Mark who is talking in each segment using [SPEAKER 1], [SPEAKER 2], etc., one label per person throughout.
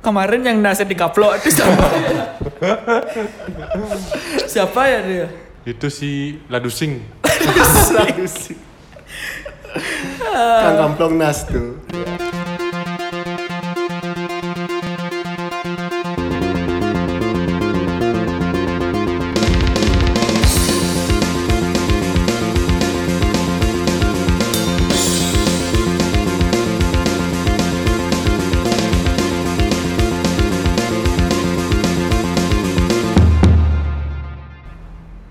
[SPEAKER 1] Kemarin yang nasi dikaplok itu siapa? siapa ya dia?
[SPEAKER 2] Itu si Ladusing.
[SPEAKER 3] Selalu sih. Kang Kamplong Nas tuh.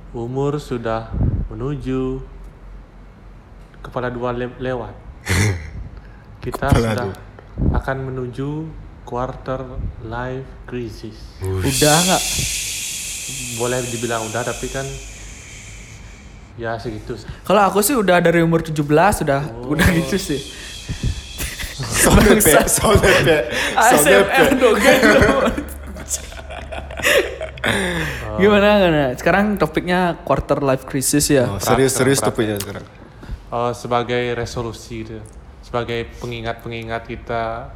[SPEAKER 2] Umur sudah menuju kepala dua le- lewat. Kita
[SPEAKER 3] Kepala
[SPEAKER 2] sudah
[SPEAKER 3] dua.
[SPEAKER 2] akan menuju quarter life crisis.
[SPEAKER 1] Udah nggak?
[SPEAKER 2] Boleh dibilang udah tapi kan ya segitu.
[SPEAKER 1] Kalau aku sih udah dari umur 17 udah udah gitu sih.
[SPEAKER 3] Sound effect, sound effect,
[SPEAKER 1] Ah,
[SPEAKER 3] sound
[SPEAKER 1] ASMR
[SPEAKER 3] effect.
[SPEAKER 1] dogen lu. Gimana gimana? Sekarang topiknya quarter life crisis ya.
[SPEAKER 3] Oh, serius-serius topiknya sekarang.
[SPEAKER 2] Eh, sebagai resolusi gitu. Sebagai pengingat-pengingat kita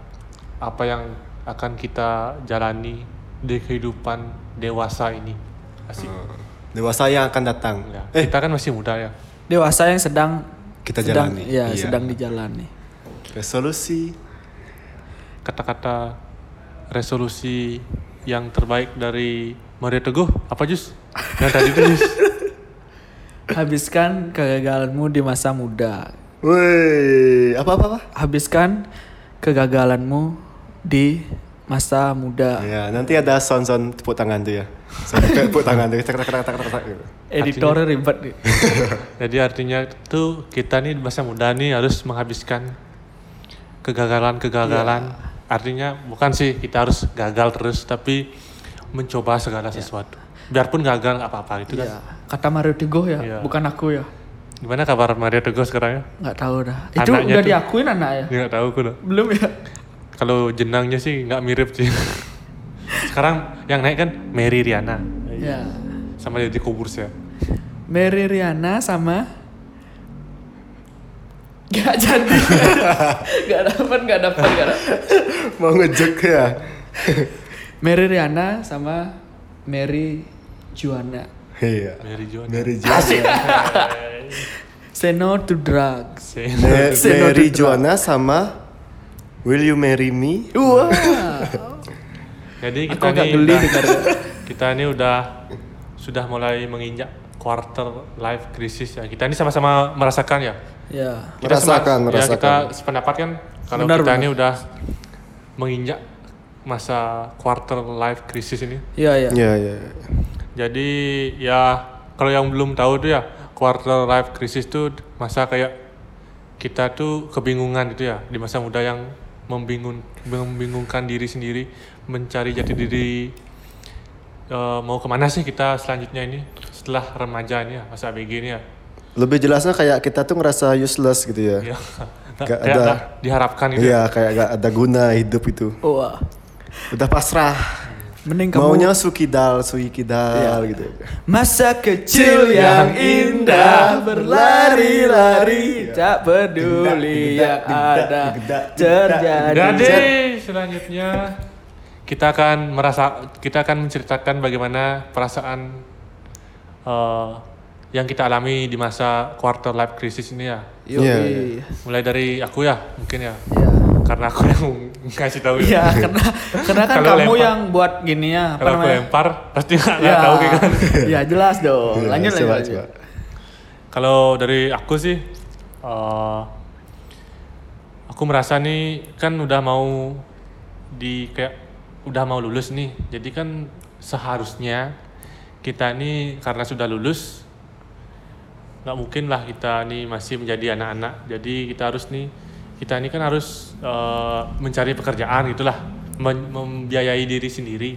[SPEAKER 2] apa yang akan kita jalani di kehidupan dewasa ini. Asik.
[SPEAKER 3] Dewasa yang akan datang.
[SPEAKER 2] Ya,
[SPEAKER 3] Eh,
[SPEAKER 2] kita kan masih muda ya.
[SPEAKER 1] Dewasa yang sedang
[SPEAKER 3] Kita
[SPEAKER 1] sedang,
[SPEAKER 3] jalani.
[SPEAKER 1] Iya,
[SPEAKER 3] Iya.
[SPEAKER 1] sedang dijalani.
[SPEAKER 3] resolusi.
[SPEAKER 2] Kata-kata resolusi yang terbaik dari Maria Teguh apa Jus? Yang tadi itu Jus.
[SPEAKER 1] Habiskan kegagalanmu di masa muda.
[SPEAKER 3] Woi, apa-apa?
[SPEAKER 1] Habiskan kegagalanmu di masa muda.
[SPEAKER 2] Iya.
[SPEAKER 3] Ya, nanti ada sound-sound tepuk tangan tuh ya. Sound effect tepuk tangan tuh. Tak tak tak tak tak tak. gitu.
[SPEAKER 1] Editornya ribet nih.
[SPEAKER 2] Jadi artinya tuh kita nih masa muda nih harus menghabiskan kegagalan-kegagalan. Artinya bukan sih kita harus gagal terus tapi mencoba segala sesuatu. Biarpun gagal nggak apa-apa gitu kan.
[SPEAKER 1] Iya. Kata Mario Tigo ya,
[SPEAKER 2] Iya.
[SPEAKER 1] bukan aku ya.
[SPEAKER 2] Gimana kabar Maria Teguh sekarang ya?
[SPEAKER 1] Nggak tahu dah. Itu
[SPEAKER 2] Anaknya
[SPEAKER 1] udah
[SPEAKER 2] tuh- Iya.
[SPEAKER 1] diakuin anak ya?
[SPEAKER 2] Nggak tahu aku dah.
[SPEAKER 1] Belum ya?
[SPEAKER 2] Kalau jenangnya sih nggak mirip sih. Sekarang yang naik kan Mary Riana
[SPEAKER 1] Ya.
[SPEAKER 2] sama jadi kuburs ya.
[SPEAKER 1] Mary Riana sama Gak jadi Gak dapet, gak dapet, gak dapet
[SPEAKER 3] Mau ngejek ya.
[SPEAKER 1] Mary Riana sama Mary Juana
[SPEAKER 3] Iya.
[SPEAKER 2] Mary Joan.
[SPEAKER 3] Mary Joana.
[SPEAKER 1] Say no to drugs
[SPEAKER 2] Sih.
[SPEAKER 3] Me-
[SPEAKER 1] Say no to
[SPEAKER 3] Mary
[SPEAKER 1] drugs.
[SPEAKER 3] Joana sama Will you marry me?
[SPEAKER 1] Wah
[SPEAKER 2] Jadi
[SPEAKER 1] Aku
[SPEAKER 2] kita
[SPEAKER 1] agak
[SPEAKER 2] nih
[SPEAKER 1] geli
[SPEAKER 2] udah,
[SPEAKER 1] dengarnya.
[SPEAKER 2] kita ini udah sudah mulai menginjak quarter life crisis ya. Kita ini sama-sama merasakan ya.
[SPEAKER 1] Ya
[SPEAKER 2] Kita
[SPEAKER 3] Merasakan,
[SPEAKER 2] sama- Ya,
[SPEAKER 3] merasakan.
[SPEAKER 2] kita sependapat kan kalau
[SPEAKER 1] Benar,
[SPEAKER 2] kita
[SPEAKER 1] benar.
[SPEAKER 2] ini udah menginjak masa quarter life crisis ini.
[SPEAKER 1] Ya ya
[SPEAKER 3] Iya, iya.
[SPEAKER 2] Jadi ya kalau yang belum tahu tuh ya quarter life crisis tuh masa kayak kita tuh kebingungan gitu ya di masa muda yang membingung membingungkan diri sendiri mencari jati diri Eh, mau kemana sih kita selanjutnya ini setelah remaja ini ya masa ABG ini ya
[SPEAKER 3] Lebih jelasnya kayak kita tuh ngerasa useless gitu ya.
[SPEAKER 2] ya nggak-
[SPEAKER 3] Nggak
[SPEAKER 2] kayak
[SPEAKER 3] ada.
[SPEAKER 2] nggak diharapkan gitu ya
[SPEAKER 3] Iya, kayak gak ada guna hidup itu.
[SPEAKER 1] Wah
[SPEAKER 3] Udah pasrah.
[SPEAKER 1] Mending kamu
[SPEAKER 3] Maunya sukidal, suikidal gitu.
[SPEAKER 1] Masa kecil yang indah
[SPEAKER 2] Iya.
[SPEAKER 1] Berlari-lari Tak peduli
[SPEAKER 3] Digeda,
[SPEAKER 1] yang
[SPEAKER 3] digeda,
[SPEAKER 1] ada
[SPEAKER 3] digeda, digeda,
[SPEAKER 1] Terjadi
[SPEAKER 2] jadi selanjutnya kita akan merasa kita akan menceritakan bagaimana perasaan eh, yang kita alami di masa quarter life crisis ini ya
[SPEAKER 1] Yoi
[SPEAKER 3] Iya,
[SPEAKER 2] mulai dari aku ya mungkin ya
[SPEAKER 1] Ya.
[SPEAKER 2] karena aku yang kasih tahu ya.
[SPEAKER 1] Iya, karena karena kan
[SPEAKER 2] Kalau
[SPEAKER 1] kamu
[SPEAKER 2] lempar-
[SPEAKER 1] yang buat gini ya, apa
[SPEAKER 2] kalau aku
[SPEAKER 1] namanya?
[SPEAKER 2] lempar pasti nggak
[SPEAKER 1] ya,
[SPEAKER 2] nggak tahu kayak kan
[SPEAKER 1] ya jelas dong.
[SPEAKER 3] Iya,
[SPEAKER 1] Lanjut
[SPEAKER 3] coba,
[SPEAKER 1] lanjut.
[SPEAKER 3] coba.
[SPEAKER 1] lanjut.
[SPEAKER 2] Kalau dari aku sih, eh, aku merasa nih kan udah mau di kayak udah mau lulus nih. Jadi kan seharusnya kita nih karena sudah lulus, nggak mungkin lah kita nih masih menjadi anak-anak. Jadi kita harus nih kita ini kan harus eh, mencari pekerjaan gitulah, men- membiayai diri sendiri.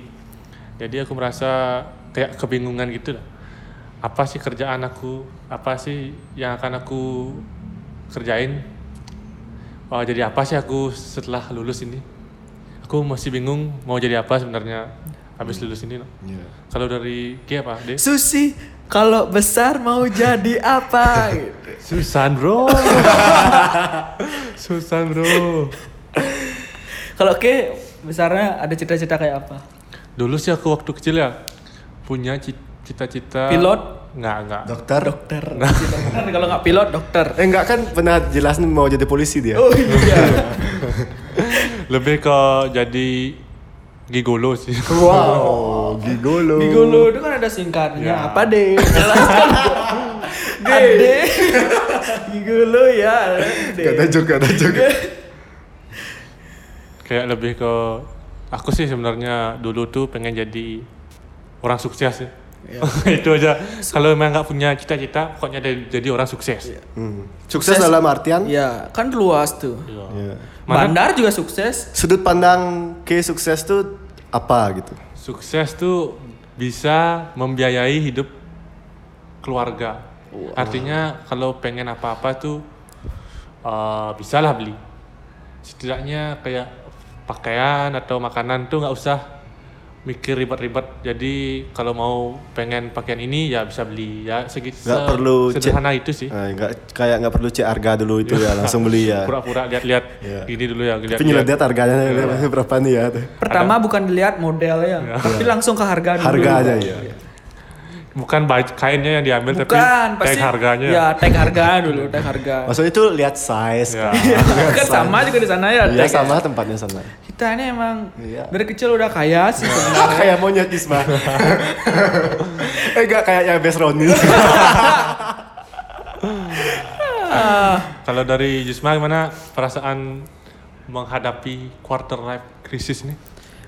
[SPEAKER 2] Jadi aku merasa kayak kebingungan gitu lah apa sih kerjaan aku apa sih yang akan aku kerjain Oh, jadi apa sih aku setelah lulus ini aku masih bingung mau jadi apa sebenarnya habis lulus ini
[SPEAKER 3] Iya.
[SPEAKER 2] kalau dari Ki apa Des?
[SPEAKER 1] Susi, kalau besar mau jadi apa? Gitu.
[SPEAKER 2] Susan bro Susan bro
[SPEAKER 1] kalau ke besarnya ada cita-cita kayak apa?
[SPEAKER 2] Dulu sih aku waktu kecil ya punya ci- cita-cita
[SPEAKER 1] Pilot?
[SPEAKER 2] Nggak, nggak.
[SPEAKER 3] Dokter.
[SPEAKER 1] Dokter. dokter. Kalau nggak pilot dokter.
[SPEAKER 3] Eh enggak kan pernah jelasin mau jadi polisi dia.
[SPEAKER 1] Oh iya.
[SPEAKER 2] Lebih ke jadi gigolo sih.
[SPEAKER 3] Wow, Oh, gigolo.
[SPEAKER 1] Gigolo itu kan ada singkatnya.
[SPEAKER 2] Gitu. Ya.
[SPEAKER 1] Apa deh? Jelaskan. Ade. Gigolo ya. Ade.
[SPEAKER 3] Gak ada joke, gak ada joke.
[SPEAKER 2] Kayak lebih ke aku sih sebenarnya dulu tuh pengen jadi orang sukses sih. itu aja kalau memang nggak punya cita-cita pokoknya jadi, jadi orang sukses
[SPEAKER 3] Hmm. Sukses dalam artian
[SPEAKER 1] Ya, kan luas tuh.
[SPEAKER 2] Iya.
[SPEAKER 3] ya.
[SPEAKER 2] Mana-
[SPEAKER 1] Bandar juga sukses.
[SPEAKER 3] sudut pandang ke sukses tuh apa gitu.
[SPEAKER 2] Sukses tuh bisa membiayai hidup keluarga. Artinya kalau pengen apa-apa tuh eh, bisalah beli. Setidaknya kayak pakaian atau makanan tuh nggak usah mikir ribet-ribet. Jadi kalau mau pengen pakaian ini ya bisa beli ya segitu
[SPEAKER 3] Nggak
[SPEAKER 2] se-
[SPEAKER 3] perlu cek-
[SPEAKER 2] sederhana itu sih.
[SPEAKER 3] Eh, Enggak kayak nggak perlu cek harga dulu itu ya, langsung beli ya.
[SPEAKER 2] Pura-pura lihat-lihat
[SPEAKER 3] Iya.
[SPEAKER 2] ini dulu ya.
[SPEAKER 3] Tapi
[SPEAKER 2] lihat-lihat.
[SPEAKER 3] nyelihat harganya berapa nih ya.
[SPEAKER 1] Pertama bukan dilihat
[SPEAKER 2] Ya.
[SPEAKER 1] modelnya, tapi langsung ke harga iya. dulu.
[SPEAKER 3] Harganya ya.
[SPEAKER 2] Bukan baj- kainnya yang diambil tapi
[SPEAKER 1] Bukan,
[SPEAKER 2] tag
[SPEAKER 1] pasti
[SPEAKER 2] harganya.
[SPEAKER 1] Ya, tag harga dulu, tag harga.
[SPEAKER 3] Maksudnya itu lihat size.
[SPEAKER 2] Ya.
[SPEAKER 3] kan.
[SPEAKER 1] Ya, kan Oh, sama juga di sana ya.
[SPEAKER 3] Iya
[SPEAKER 1] tag ya.
[SPEAKER 3] sama tempatnya sana.
[SPEAKER 1] Kita ini emang
[SPEAKER 3] Iya.
[SPEAKER 1] dari kecil udah kaya sih.
[SPEAKER 3] kayak monyet Isma. eh enggak kayak yang best Roni.
[SPEAKER 2] Kalau dari Jusma gimana perasaan menghadapi quarter life krisis nih?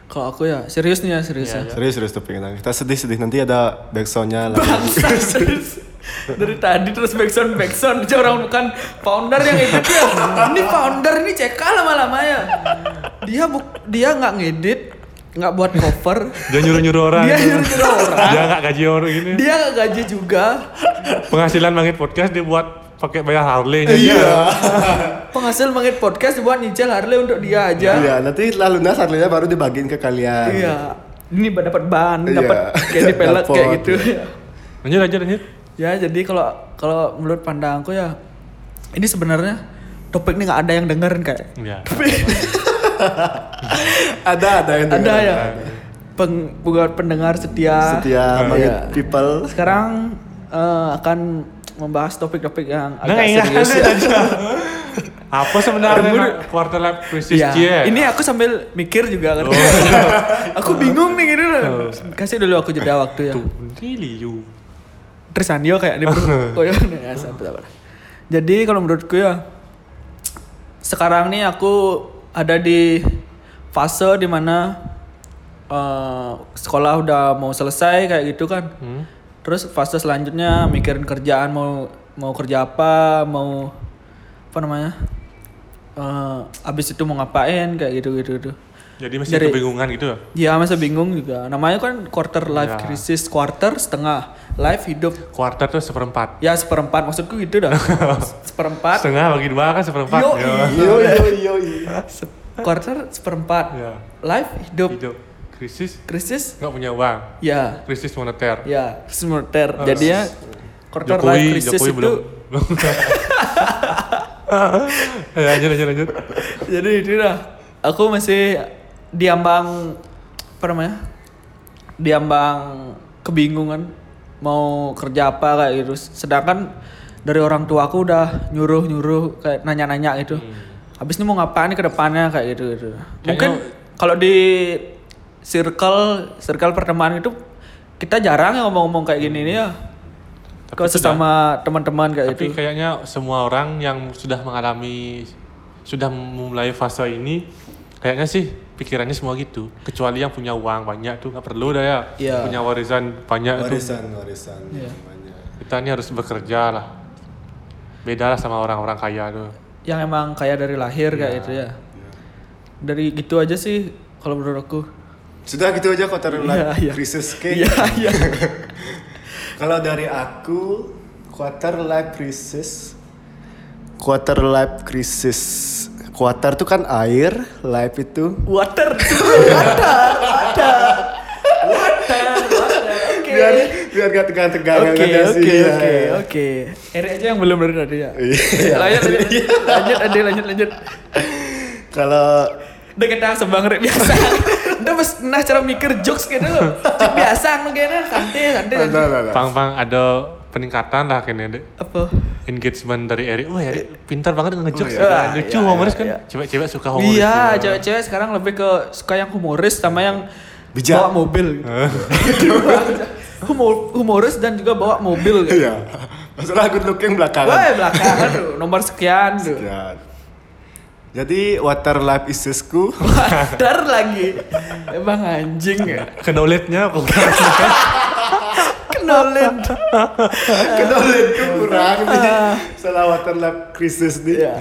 [SPEAKER 1] Kalau aku ya, serius nih ya, serius
[SPEAKER 2] Iya.
[SPEAKER 1] ya.
[SPEAKER 3] serius serius tuh pengen nangis. Kita sedih sedih nanti ada backsoundnya lagi.
[SPEAKER 1] Bangsa, serius. Dari tadi terus backsound backsound aja orang bukan founder yang edit ya. Ini founder ini CK lama-lama ya. Dia bu dia nggak ngedit, nggak buat cover.
[SPEAKER 2] Dia nyuruh-nyuruh orang.
[SPEAKER 1] Dia
[SPEAKER 2] gitu.
[SPEAKER 1] nyuruh orang.
[SPEAKER 2] Dia nggak gaji orang gini.
[SPEAKER 1] Dia nggak gaji juga.
[SPEAKER 2] Penghasilan bangkit podcast dia buat pakai bayar Harley.
[SPEAKER 1] Iya.
[SPEAKER 3] Iya.
[SPEAKER 1] Penghasil mengedit podcast dibuat nyicil Harley untuk dia aja.
[SPEAKER 3] Iya, nanti lalu lunas harganya baru dibagiin ke kalian.
[SPEAKER 1] Iya. Ini dapat ban,
[SPEAKER 3] Iya.
[SPEAKER 1] dapat kayak di pelet
[SPEAKER 3] Dapet.
[SPEAKER 1] kayak gitu.
[SPEAKER 2] Lanjut lanjut lanjut.
[SPEAKER 1] ya jadi kalau kalau menurut pandanganku ya ini sebenarnya topik ini nggak ada yang dengerin kayak.
[SPEAKER 2] Ya.
[SPEAKER 3] ada ada yang
[SPEAKER 1] Ada
[SPEAKER 3] dengar.
[SPEAKER 1] ya. Peng, buat pendengar setia. Nah, iya. gitu.
[SPEAKER 3] Setia monyet people.
[SPEAKER 1] Sekarang eh, akan membahas topik-topik yang
[SPEAKER 2] Nah,
[SPEAKER 1] agak
[SPEAKER 2] ingat
[SPEAKER 1] serius ya.
[SPEAKER 2] aja. Apa sebenarnya
[SPEAKER 1] Kamu-
[SPEAKER 2] nak quarter life crisis
[SPEAKER 1] Iya.
[SPEAKER 2] dia?
[SPEAKER 1] Ini aku sambil mikir juga kan. aku bingung nih gitu. Kasih dulu aku jeda waktu ya.
[SPEAKER 2] tuh really you.
[SPEAKER 1] Trisandio kayak di oh, ya, ya, sabar, sabar. Jadi kalau menurutku ya sekarang nih aku ada di fase dimana eh, sekolah udah mau selesai kayak gitu kan. Terus fase selanjutnya mikirin kerjaan mau mau kerja apa mau apa namanya eh abis itu mau ngapain kayak gitu gitu gitu.
[SPEAKER 2] Jadi masih
[SPEAKER 1] Dari-
[SPEAKER 2] kebingungan gitu. ya?
[SPEAKER 1] Ya masa bingung juga. Namanya kan quarter life
[SPEAKER 2] Ya.
[SPEAKER 1] crisis, quarter setengah life hidup.
[SPEAKER 2] Quarter tuh seperempat.
[SPEAKER 1] Ya seperempat maksudku gitu dah. seperempat.
[SPEAKER 2] Setengah bagi dua kan seperempat.
[SPEAKER 1] Yo,
[SPEAKER 2] Ya.
[SPEAKER 3] Yo yo yo. yo.
[SPEAKER 1] Se- quarter seperempat.
[SPEAKER 2] Ya.
[SPEAKER 1] Life hidup.
[SPEAKER 2] Hidup krisis
[SPEAKER 1] Krisis
[SPEAKER 2] nggak punya uang.
[SPEAKER 1] ya.
[SPEAKER 2] Krisis moneter.
[SPEAKER 1] Ya, smarter. Jadinya quarter
[SPEAKER 2] Jokowi,
[SPEAKER 1] life crisis
[SPEAKER 2] Jokowi
[SPEAKER 1] itu
[SPEAKER 2] belum. belum. ya, lanjut, lanjut, lanjut.
[SPEAKER 1] jadi itu dah. Aku masih diambang apa namanya? Diambang kebingungan mau kerja apa kayak gitu. Sedangkan dari orang tua aku udah nyuruh-nyuruh kayak nanya-nanya gitu.
[SPEAKER 2] Hmm.
[SPEAKER 1] Habis ini mau ngapain ke depannya kayak gitu gitu. Mungkin kalau di circle circle pertemanan itu kita jarang ya ngomong-ngomong kayak gini nih ya. Ke
[SPEAKER 2] Tapi
[SPEAKER 1] sesama teman-teman kayak
[SPEAKER 2] Tapi
[SPEAKER 1] gitu.
[SPEAKER 2] kayaknya semua orang yang sudah mengalami, sudah memulai fase ini, kayaknya sih pikirannya semua gitu. Kecuali yang punya uang banyak tuh nggak perlu dah ya.
[SPEAKER 1] Iya.
[SPEAKER 2] Punya warisan banyak tuh.
[SPEAKER 3] Warisan warisan. banyak.
[SPEAKER 2] Kita ini harus bekerja lah. Beda lah sama orang-orang kaya tuh.
[SPEAKER 1] yang emang kaya dari lahir kayak
[SPEAKER 3] Iya.
[SPEAKER 1] gitu ya. Dari gitu aja sih kalau menurut aku.
[SPEAKER 3] Sudah gitu aja kota
[SPEAKER 1] Iya,
[SPEAKER 3] life
[SPEAKER 1] iya.
[SPEAKER 3] crisis ke.
[SPEAKER 1] Iya, iya.
[SPEAKER 3] Kalau dari aku quarter life crisis quarter life crisis quarter itu kan air, life itu
[SPEAKER 1] Water. Water. Water. Water. water. Oke.
[SPEAKER 3] biar biar gak tegang-tegang
[SPEAKER 1] Oke,
[SPEAKER 3] aja sih,
[SPEAKER 1] oke,
[SPEAKER 3] ya.
[SPEAKER 1] oke, oke. Eri aja yang belum dari tadi ya.
[SPEAKER 3] Iya.
[SPEAKER 1] Lanjut, lanjut, lanjut, lanjut, lanjut, lanjut.
[SPEAKER 3] Kalau
[SPEAKER 1] udah kena sembang rap biasa udah mas nah cara mikir jokes gitu loh Jok biasa nu kayaknya santai santai
[SPEAKER 3] Nah,
[SPEAKER 1] santai
[SPEAKER 3] nah, nah.
[SPEAKER 2] Pang pang ada peningkatan lah kayaknya dek.
[SPEAKER 1] apa
[SPEAKER 2] Engagement dari Eri. Wah Eri pintar banget ngejokes.
[SPEAKER 1] iya.
[SPEAKER 2] kan. Lucu
[SPEAKER 1] Iya, iya,
[SPEAKER 2] humoris kan.
[SPEAKER 1] iya.
[SPEAKER 2] Cewek-cewek suka humoris.
[SPEAKER 1] iya
[SPEAKER 2] juga.
[SPEAKER 1] cewek-cewek sekarang lebih ke suka yang humoris sama yang
[SPEAKER 3] Bijak.
[SPEAKER 1] bawa mobil gitu. Humor- humoris dan juga bawa mobil gitu.
[SPEAKER 3] Iya. Masalah good looking belakangan.
[SPEAKER 1] Wah belakangan tuh nomor sekian tuh.
[SPEAKER 3] Ya. Jadi water life is isku.
[SPEAKER 1] Badar lagi. Emang anjing ya.
[SPEAKER 2] Knowledge-nya aku
[SPEAKER 1] Kenalin.
[SPEAKER 3] Kenalin kurang nih. Salah water life crisis nih.
[SPEAKER 1] Iya.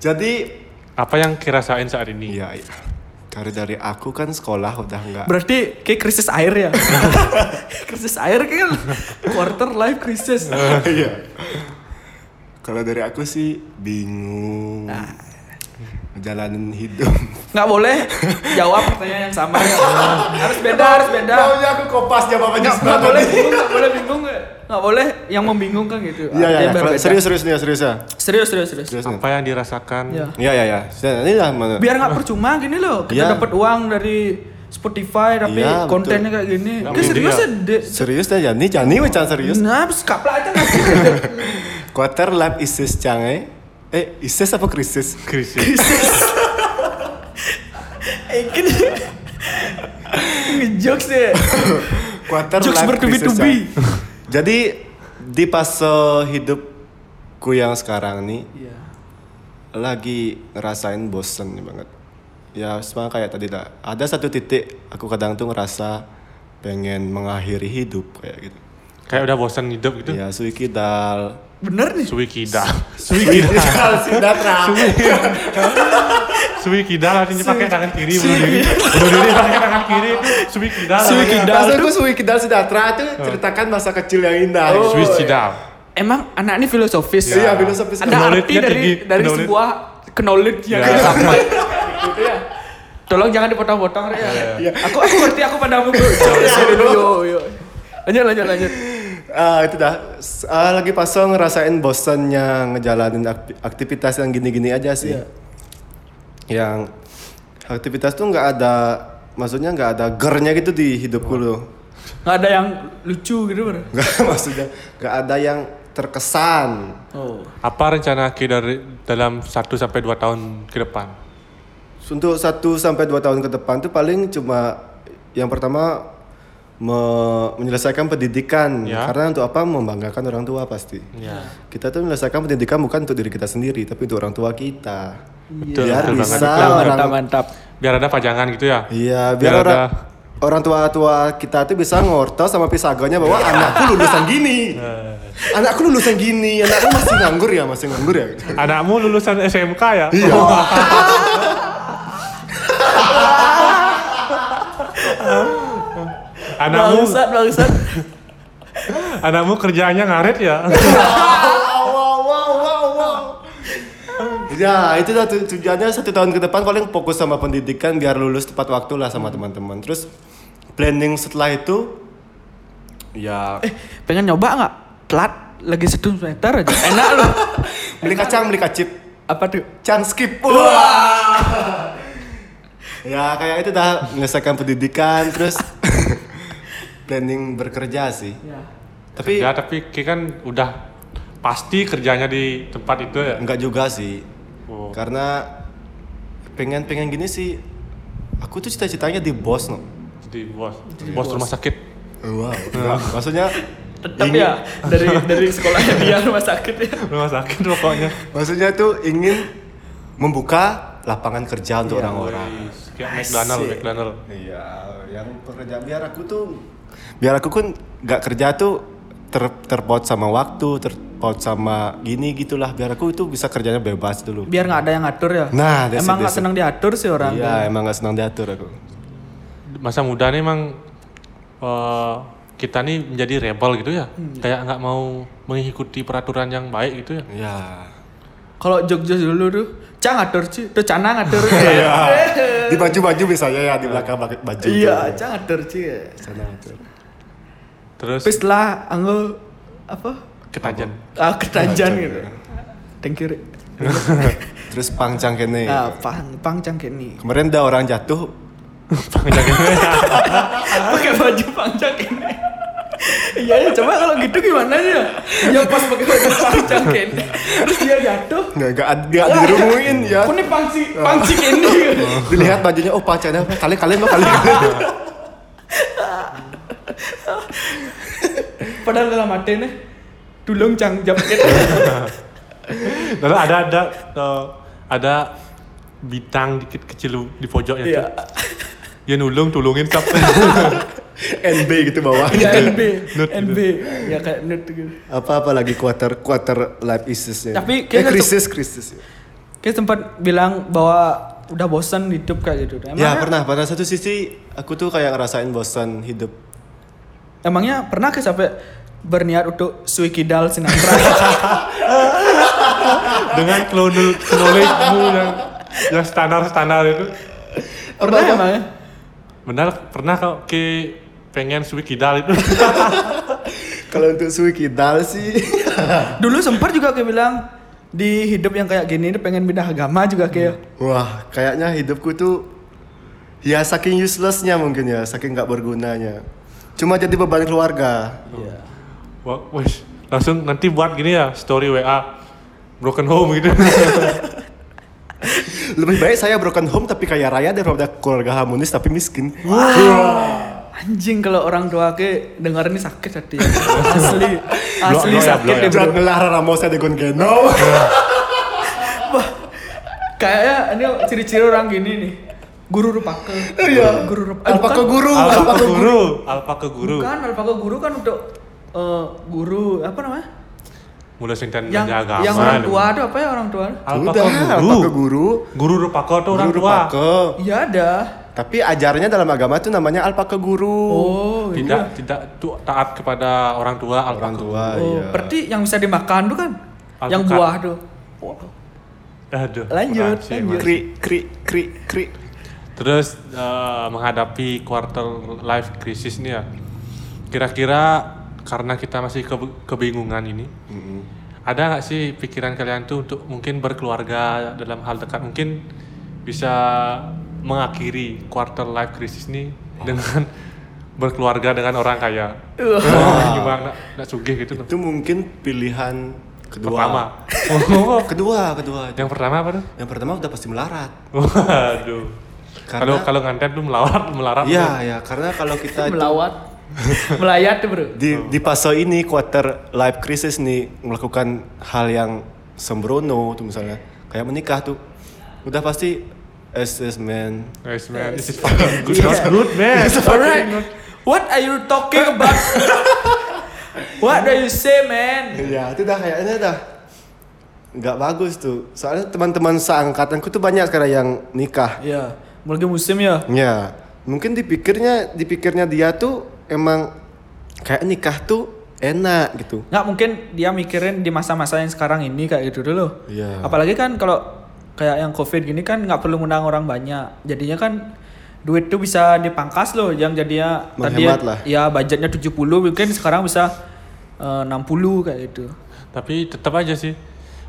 [SPEAKER 3] Jadi
[SPEAKER 2] apa yang kirasain saat ini?
[SPEAKER 3] iya iya. Dari dari aku kan sekolah udah enggak.
[SPEAKER 1] Berarti kayak krisis air ya. krisis air kan quarter life krisis.
[SPEAKER 3] Iya. Kalau dari aku sih bingung.
[SPEAKER 1] Nah.
[SPEAKER 3] Jalanin hidup.
[SPEAKER 1] Nggak boleh jawab pertanyaan yang sama. ya. harus beda, harus beda.
[SPEAKER 3] Maunya aku kopas jawabannya
[SPEAKER 1] Nggak boleh bingung, nggak boleh bingung. Nggak boleh yang membingungkan gitu.
[SPEAKER 3] Iya iya
[SPEAKER 1] Dia
[SPEAKER 3] iya. Kalau-
[SPEAKER 1] berbeda.
[SPEAKER 3] Serius serius nih serius ya.
[SPEAKER 1] Serius, serius, serius.
[SPEAKER 3] Serius nih.
[SPEAKER 2] Apa yang dirasakan?
[SPEAKER 1] Ya.
[SPEAKER 3] Iya iya iya. Serius, Ini lah mana?
[SPEAKER 1] Biar nggak percuma gini loh. Kita
[SPEAKER 3] Iya.
[SPEAKER 1] dapat uang dari Spotify tapi
[SPEAKER 3] Iya, betul.
[SPEAKER 1] kontennya kayak gini.
[SPEAKER 2] Nggak
[SPEAKER 1] Dia
[SPEAKER 2] mungkin
[SPEAKER 1] serius
[SPEAKER 2] dia.
[SPEAKER 1] ya, Dek?
[SPEAKER 3] Serius deh ya. Ini jangan nih jangan serius.
[SPEAKER 1] Nah, terus kaplak aja nggak sih?
[SPEAKER 3] Quarter life isis cange. Eh, isis apa krisis?
[SPEAKER 2] Krisis.
[SPEAKER 1] Eh, gini. Ngejokes deh.
[SPEAKER 3] Quarter
[SPEAKER 1] Jokes
[SPEAKER 3] life crisis
[SPEAKER 1] bertubi-tubi.
[SPEAKER 3] cange. Jadi di fase hidupku yang sekarang nih
[SPEAKER 1] Iya.
[SPEAKER 3] lagi ngerasain bosen banget ya sama kayak tadi lah ada satu titik aku kadang tuh ngerasa pengen mengakhiri hidup kayak gitu
[SPEAKER 2] Kayak udah bosan hidup gitu.
[SPEAKER 3] ya suikidal
[SPEAKER 1] Bener nih.
[SPEAKER 2] Suikida.
[SPEAKER 3] suikidal sinatra
[SPEAKER 2] Suikida artinya pakai tangan kiri bunuh diri. Bunuh diri pakai tangan kiri. itu Suikida.
[SPEAKER 1] Suikidal.
[SPEAKER 3] maksudku suikidal sinatra itu ceritakan masa kecil yang indah
[SPEAKER 2] namanya. Suikida.
[SPEAKER 1] Emang anak ini filosofis.
[SPEAKER 3] Iya, filosofis.
[SPEAKER 1] Ada arti
[SPEAKER 2] Knowledge-nya
[SPEAKER 1] dari
[SPEAKER 2] tinggi.
[SPEAKER 1] dari
[SPEAKER 2] Knowledge.
[SPEAKER 1] sebuah knowledge yang
[SPEAKER 3] Iya.
[SPEAKER 2] Ya.
[SPEAKER 1] sama. Gitu ya. Tolong jangan dipotong-potong
[SPEAKER 3] Iya.
[SPEAKER 1] Rek, ya. Aku aku ngerti aku padamu. Bro. Yo yo. Lanjut lanjut lanjut.
[SPEAKER 3] Ah, itu dah S- ah, lagi pas ngerasain bosannya ngejalanin akti- aktivitas yang gini-gini aja sih
[SPEAKER 1] Iya.
[SPEAKER 3] yang aktivitas tuh nggak ada maksudnya nggak ada gernya gitu di hidupku loh
[SPEAKER 1] Gak ada yang lucu gitu bro.
[SPEAKER 3] nggak maksudnya nggak ada yang terkesan
[SPEAKER 1] Oh.
[SPEAKER 2] Apa rencana Ki dari dalam 1 sampai 2 tahun ke depan?
[SPEAKER 3] untuk 1 sampai 2 tahun ke depan tuh paling cuma yang pertama me- menyelesaikan pendidikan
[SPEAKER 2] Ya.
[SPEAKER 3] karena untuk apa membanggakan orang tua pasti
[SPEAKER 2] Ya.
[SPEAKER 3] kita tuh menyelesaikan pendidikan bukan untuk diri kita sendiri tapi untuk orang tua kita
[SPEAKER 2] Betul,
[SPEAKER 3] biar
[SPEAKER 2] betul
[SPEAKER 3] bisa
[SPEAKER 2] banget. Betul,
[SPEAKER 3] orang
[SPEAKER 1] Mantap mantap.
[SPEAKER 2] Biar ada pajangan gitu ya.
[SPEAKER 3] iya biar,
[SPEAKER 2] Biar
[SPEAKER 3] orang
[SPEAKER 2] ada-
[SPEAKER 3] orang tua tua kita tuh bisa ngorto sama pisagonya bahwa anakku lulusan gini
[SPEAKER 2] Eh.
[SPEAKER 3] anakku lulusan gini anakku masih nganggur ya masih nganggur ya
[SPEAKER 2] Anakmu lulusan SMK ya?
[SPEAKER 3] iya Nah,
[SPEAKER 2] Anakmu
[SPEAKER 1] Bangsat bangsat.
[SPEAKER 2] anakmu kerjaannya ngaret ya?
[SPEAKER 3] wow wow wow wow ya itu dah tu- tujuannya satu tahun ke depan paling fokus sama pendidikan biar lulus tepat waktu lah sama teman-teman terus planning setelah itu ya
[SPEAKER 1] Pengen nyoba nggak? Telat lagi setun meter aja. Enak loh.
[SPEAKER 3] beli kacang beli kacip
[SPEAKER 1] Apa tuh?
[SPEAKER 3] can skip wah ya kayak itu dah menyelesaikan pendidikan terus planning bekerja sih
[SPEAKER 1] Iya.
[SPEAKER 3] tapi
[SPEAKER 2] ya tapi Ki kan udah pasti kerjanya di tempat itu ya.
[SPEAKER 3] Enggak juga sih.
[SPEAKER 2] Oh.
[SPEAKER 3] Karena pengen-pengen gini sih. Aku tuh cita-citanya di bos no.
[SPEAKER 2] Di bos, bos rumah sakit.
[SPEAKER 3] Wow. maksudnya
[SPEAKER 1] Tetap
[SPEAKER 3] ingin-
[SPEAKER 1] ya dari dari sekolahnya dia rumah sakit ya.
[SPEAKER 2] Rumah sakit pokoknya.
[SPEAKER 3] Maksudnya tuh ingin membuka lapangan kerja untuk
[SPEAKER 2] Wih,
[SPEAKER 3] orang-orang.
[SPEAKER 2] Kayak McDonald,
[SPEAKER 3] Asik.
[SPEAKER 2] McDonald.
[SPEAKER 3] Iya, yang pekerjaan biar aku tuh biar aku kan nggak kerja tuh ter, terpaut sama waktu, terpaut sama gini gitulah. Biar aku itu bisa kerjanya bebas dulu.
[SPEAKER 1] biar nggak ada yang ngatur ya.
[SPEAKER 3] Nah, that's
[SPEAKER 1] emang nggak
[SPEAKER 3] it, that's it.
[SPEAKER 1] senang diatur sih orang.
[SPEAKER 3] Iya, emang nggak senang diatur aku.
[SPEAKER 2] Masa muda nih emang eh, kita nih menjadi rebel gitu ya. Kayak nggak mau mengikuti peraturan yang baik gitu ya.
[SPEAKER 3] Iya.
[SPEAKER 1] Kalau Jogja dulu tuh, Cang ngatur sih, tuh Cana ngatur.
[SPEAKER 3] Iya. Di baju-baju biasanya ya di belakang belakang baju.
[SPEAKER 1] Iya,
[SPEAKER 3] tuh.
[SPEAKER 1] Cang ngatur sih.
[SPEAKER 3] Sana tuh.
[SPEAKER 2] Terus
[SPEAKER 1] Tapi setelah anggo apa?
[SPEAKER 2] ketajan.
[SPEAKER 1] Ah, ketajan
[SPEAKER 3] Ketajan,
[SPEAKER 1] gitu.
[SPEAKER 3] ya.
[SPEAKER 1] Thank you. Rik.
[SPEAKER 3] terus pangcang kene
[SPEAKER 1] Ah, pang pang cangkini.
[SPEAKER 3] kemarin ada orang jatuh
[SPEAKER 1] pakai baju panjang ini Iya, ya, coba kalau gitu gimana ya? Dia pas pakai baju panjang kene, terus dia jatuh.
[SPEAKER 3] nggak nggak nggak dirumuin ya
[SPEAKER 1] Kok ini pangsi, pangsi kene.
[SPEAKER 3] dilihat bajunya oh pangcangnya kalian kalian mah kalian
[SPEAKER 1] Padahal dalam mati nih, dulung Iya. cangjap kene.
[SPEAKER 2] Lalu ada ada eh, ada bintang dikit kecil di pojoknya
[SPEAKER 1] Iya,
[SPEAKER 2] tuh. Dia nulung, tulungin cap.
[SPEAKER 3] NB gitu bawahnya
[SPEAKER 1] iya NB,
[SPEAKER 2] Nut gitu.
[SPEAKER 1] NB, ya kayak nut gitu.
[SPEAKER 3] apa apa lagi quarter quarter life isisnya
[SPEAKER 1] Tapi
[SPEAKER 3] eh,
[SPEAKER 1] kayaknya
[SPEAKER 3] krisis krisis
[SPEAKER 1] Kayak sempat bilang bahwa udah bosan hidup kayak gitu. Emangnya,
[SPEAKER 3] ya pernah pada satu sisi aku tuh kayak ngerasain bosan hidup
[SPEAKER 1] Emangnya pernah ke sampai berniat untuk suikidal sinatra?
[SPEAKER 2] dengan klonul knowledge-mu yang yang standar-standar itu.
[SPEAKER 1] pernah emangnya?
[SPEAKER 2] Benar pernah kau ke pengen suikidal itu.
[SPEAKER 3] kalau untuk suikidal sih
[SPEAKER 1] Dulu sempat juga kayak bilang di hidup yang kayak gini dia pengen pindah agama juga kayak.
[SPEAKER 3] Wah, kayaknya hidupku tuh ya saking uselessnya mungkin ya, saking nggak bergunanya. Cuma jadi beban keluarga.
[SPEAKER 1] Iya.
[SPEAKER 2] Wah, wes, langsung nanti buat gini ya story WA broken home gitu.
[SPEAKER 3] Lebih baik saya broken home tapi kaya raya daripada keluarga harmonis tapi miskin.
[SPEAKER 1] Anjing kalau orang tua ke dengar ini sakit hati. Asli. Asli
[SPEAKER 2] Blok, blok ya,
[SPEAKER 1] sakit
[SPEAKER 2] blok ya.
[SPEAKER 1] deh bro.
[SPEAKER 3] Jangan ngelarang Ramos ada gun geno.
[SPEAKER 1] Kayaknya ini ciri-ciri orang gini nih. Guru rupake.
[SPEAKER 3] Iya.
[SPEAKER 1] Guru rupa- eh,
[SPEAKER 3] Alpaka
[SPEAKER 1] bukan.
[SPEAKER 3] guru.
[SPEAKER 2] Alpaka guru, alpaka guru.
[SPEAKER 1] Bukan, alpaka guru kan untuk eh, guru apa namanya?
[SPEAKER 2] Mulai sing dan
[SPEAKER 1] Yang
[SPEAKER 2] agama.
[SPEAKER 1] yang orang tua itu apa ya orang tua?
[SPEAKER 2] Alpaka
[SPEAKER 3] Udah,
[SPEAKER 2] guru.
[SPEAKER 3] alpaka guru.
[SPEAKER 2] Guru rupaka tuh orang
[SPEAKER 3] Guru
[SPEAKER 2] tua.
[SPEAKER 3] Rupaka.
[SPEAKER 1] Iya ada.
[SPEAKER 3] Tapi ajarnya dalam agama tuh namanya alpaka guru.
[SPEAKER 1] Oh, iya.
[SPEAKER 2] Tidak tidak tu- taat kepada orang tua alpaka.
[SPEAKER 3] Orang tua,
[SPEAKER 1] Oh,
[SPEAKER 3] iya.
[SPEAKER 1] berarti yang bisa dimakan tuh kan?
[SPEAKER 2] Alpukat.
[SPEAKER 1] Yang buah tuh.
[SPEAKER 2] Aduh.
[SPEAKER 1] Lanjut,
[SPEAKER 2] kurang sih,
[SPEAKER 1] lanjut.
[SPEAKER 2] Mas.
[SPEAKER 3] Kri kri kri kri.
[SPEAKER 2] Terus eh, menghadapi quarter life crisis nih ya. Kira-kira karena kita masih kebe- kebingungan ini,
[SPEAKER 3] Mm-hmm.
[SPEAKER 2] ada nggak sih pikiran kalian tuh untuk mungkin berkeluarga dalam hal dekat mungkin bisa mengakhiri quarter life crisis ini dengan berkeluarga dengan orang kaya. Gimana? Nggak sugih gitu loh.
[SPEAKER 3] Itu mungkin pilihan kedua.
[SPEAKER 2] Pertama.
[SPEAKER 3] Kedua, kedua.
[SPEAKER 2] Yang pertama apa tuh?
[SPEAKER 3] Yang pertama udah pasti melarat.
[SPEAKER 2] Waduh.
[SPEAKER 3] Karena-
[SPEAKER 2] Kalau kalau ngantep tuh melawat melarat.
[SPEAKER 3] Iya, ya karena kalau kita itu-
[SPEAKER 1] Melawat. Melayat tuh, Bro.
[SPEAKER 3] di di fase ini quarter life crisis nih melakukan hal yang sembrono tuh misalnya kayak menikah tuh udah pasti as is man
[SPEAKER 2] Guys man, this is fucking
[SPEAKER 1] Iya.
[SPEAKER 2] good. Not good man.
[SPEAKER 1] Alright. What are you talking about? What do you say, man?
[SPEAKER 3] ya itu dah kayaknya dah nggak bagus tuh soalnya teman-teman seangkatanku tuh banyak sekarang yang nikah
[SPEAKER 1] Ya, mulai musim ya.
[SPEAKER 3] ya mungkin dipikirnya dipikirnya dia tuh emang kayak nikah tuh enak gitu
[SPEAKER 1] Nggak mungkin dia mikirin di masa-masa yang sekarang ini kayak gitu dulu.
[SPEAKER 3] Iya.
[SPEAKER 1] Apalagi kan kalau kayak yang covid gini kan nggak perlu ngundang orang banyak. Jadinya kan duit tuh bisa dipangkas loh yang jadinya
[SPEAKER 3] Menghemat lah.
[SPEAKER 1] ya budgetnya 70 mungkin sekarang bisa eh, 60 kayak gitu.
[SPEAKER 2] Tapi tetap aja sih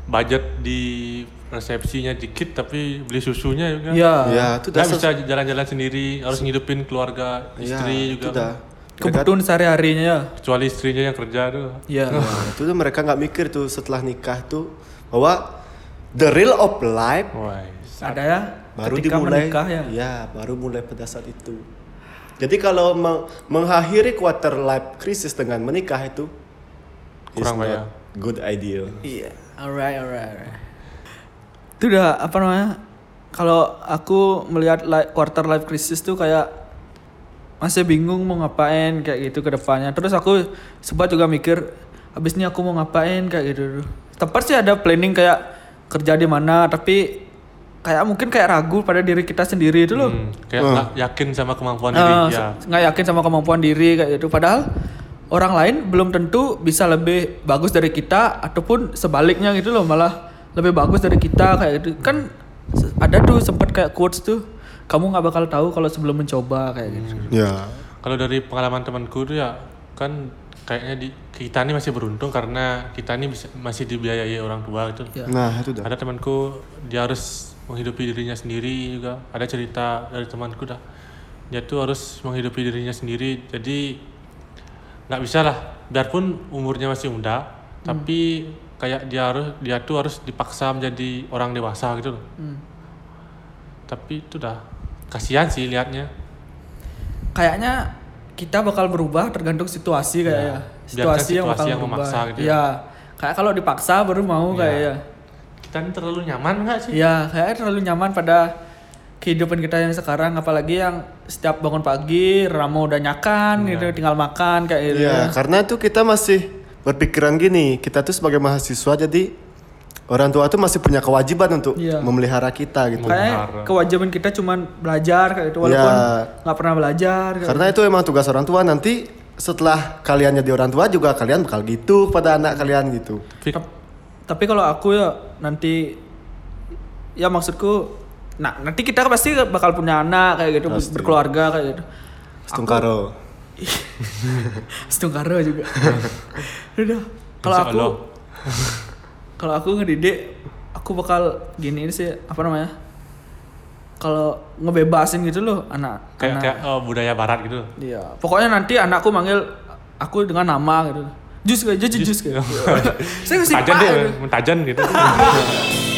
[SPEAKER 2] budget di resepsinya dikit tapi beli susunya juga.
[SPEAKER 1] Iya.
[SPEAKER 3] ya itu
[SPEAKER 2] Ah,
[SPEAKER 3] dah
[SPEAKER 2] Nggak bisa jalan-jalan sendiri, harus ngidupin keluarga,
[SPEAKER 3] ya,
[SPEAKER 2] istri juga.
[SPEAKER 3] itu
[SPEAKER 2] kan.
[SPEAKER 3] dah Mereka-
[SPEAKER 1] Kebutuhan sehari-harinya ya.
[SPEAKER 2] Kecuali istrinya yang kerja tuh.
[SPEAKER 1] Iya.
[SPEAKER 3] Nah, itu tuh mereka nggak mikir tuh setelah nikah tuh bahwa the real of life
[SPEAKER 2] Wah.
[SPEAKER 1] Ada ya
[SPEAKER 3] baru
[SPEAKER 1] ketika
[SPEAKER 3] dimulai Iya.
[SPEAKER 1] menikah ya.
[SPEAKER 3] baru mulai pada saat itu jadi kalau meng- mengakhiri quarter life crisis dengan menikah itu is
[SPEAKER 2] Kurang
[SPEAKER 3] not
[SPEAKER 2] banyak.
[SPEAKER 3] good idea
[SPEAKER 1] Iya. Alright, alright, alright. Itu udah apa namanya? Kalau aku melihat li- quarter life crisis tuh kayak masih bingung mau ngapain kayak gitu ke depannya. Terus aku sempat juga mikir habis ini aku mau ngapain kayak gitu. Tepat sih ada planning kayak kerja di mana, tapi kayak mungkin kayak ragu pada diri kita sendiri itu loh.
[SPEAKER 2] Hmm, kayak
[SPEAKER 3] Oh.
[SPEAKER 2] nggak yakin sama
[SPEAKER 3] Ah,
[SPEAKER 2] kemampuan diri
[SPEAKER 1] Eh,
[SPEAKER 2] ya.
[SPEAKER 1] se- nggak yakin sama kemampuan diri kayak gitu padahal orang lain belum tentu bisa lebih bagus dari kita ataupun sebaliknya gitu loh malah lebih bagus dari kita kayak gitu kan se- ada tuh sempat kayak quotes tuh kamu nggak bakal tahu kalau sebelum
[SPEAKER 2] Hmm.
[SPEAKER 1] mencoba kayak gitu
[SPEAKER 3] ya
[SPEAKER 2] Kalau dari pengalaman temanku tuh ya kan kayaknya di kita ini masih beruntung karena kita ini bisa, masih dibiayai orang tua gitu.
[SPEAKER 1] Ya.
[SPEAKER 3] Nah itu dah.
[SPEAKER 2] Ada temanku dia harus menghidupi dirinya sendiri juga. Ada cerita dari temanku dah. Dia tuh harus menghidupi dirinya sendiri. Jadi nggak bisa lah. Biarpun umurnya masih muda,
[SPEAKER 1] Hmm.
[SPEAKER 2] tapi kayak dia harus dia tuh harus dipaksa menjadi orang dewasa gitu loh.
[SPEAKER 1] Hmm.
[SPEAKER 2] Tapi itu dah kasihan sih liatnya.
[SPEAKER 1] kayaknya kita bakal berubah tergantung situasi kayak ya. Situasi
[SPEAKER 2] Biarkan
[SPEAKER 1] yang
[SPEAKER 2] Iya. situasi
[SPEAKER 1] bakal
[SPEAKER 2] yang
[SPEAKER 1] berubah.
[SPEAKER 2] memaksa gitu ya.
[SPEAKER 1] Iya. Kayak kalau dipaksa baru mau
[SPEAKER 2] Iya.
[SPEAKER 1] kayak ya.
[SPEAKER 2] Kita ini terlalu nyaman nggak sih?
[SPEAKER 1] Iya, kayaknya terlalu nyaman pada kehidupan kita yang sekarang apalagi yang setiap bangun pagi ramo udah nyakan gitu tinggal makan kayak gitu.
[SPEAKER 3] Iya, karena tuh kita masih berpikiran gini, kita tuh sebagai mahasiswa jadi orang tua tuh masih punya kewajiban untuk
[SPEAKER 1] Iya.
[SPEAKER 3] memelihara kita gitu.
[SPEAKER 1] Kayaknya
[SPEAKER 2] Benar.
[SPEAKER 1] kewajiban kita cuman belajar kayak itu walaupun
[SPEAKER 3] Iya.
[SPEAKER 1] nggak pernah belajar kayak
[SPEAKER 3] Karena itu emang tugas orang tua nanti setelah kalian jadi orang tua juga kalian bakal gitu pada anak kalian gitu.
[SPEAKER 2] Fik-
[SPEAKER 1] Tap- tapi kalau aku ya nanti ya maksudku nah nanti kita pasti bakal punya anak kayak gitu
[SPEAKER 3] Pasti.
[SPEAKER 1] berkeluarga kayak gitu
[SPEAKER 3] Setungkaro.
[SPEAKER 1] setungkaro juga udah kalau
[SPEAKER 2] Insya
[SPEAKER 1] aku
[SPEAKER 2] Allah.
[SPEAKER 1] kalau aku ngedidik aku bakal gini sih apa namanya kalau ngebebasin gitu loh anak
[SPEAKER 2] kayak
[SPEAKER 1] anak
[SPEAKER 2] kayak eh, budaya barat gitu.
[SPEAKER 1] iya pokoknya nanti anakku manggil aku dengan gitu. nama gitu jus kayak jus jus kayak saya kasih
[SPEAKER 2] Tajan
[SPEAKER 1] pak
[SPEAKER 2] deh, mentajan gitu.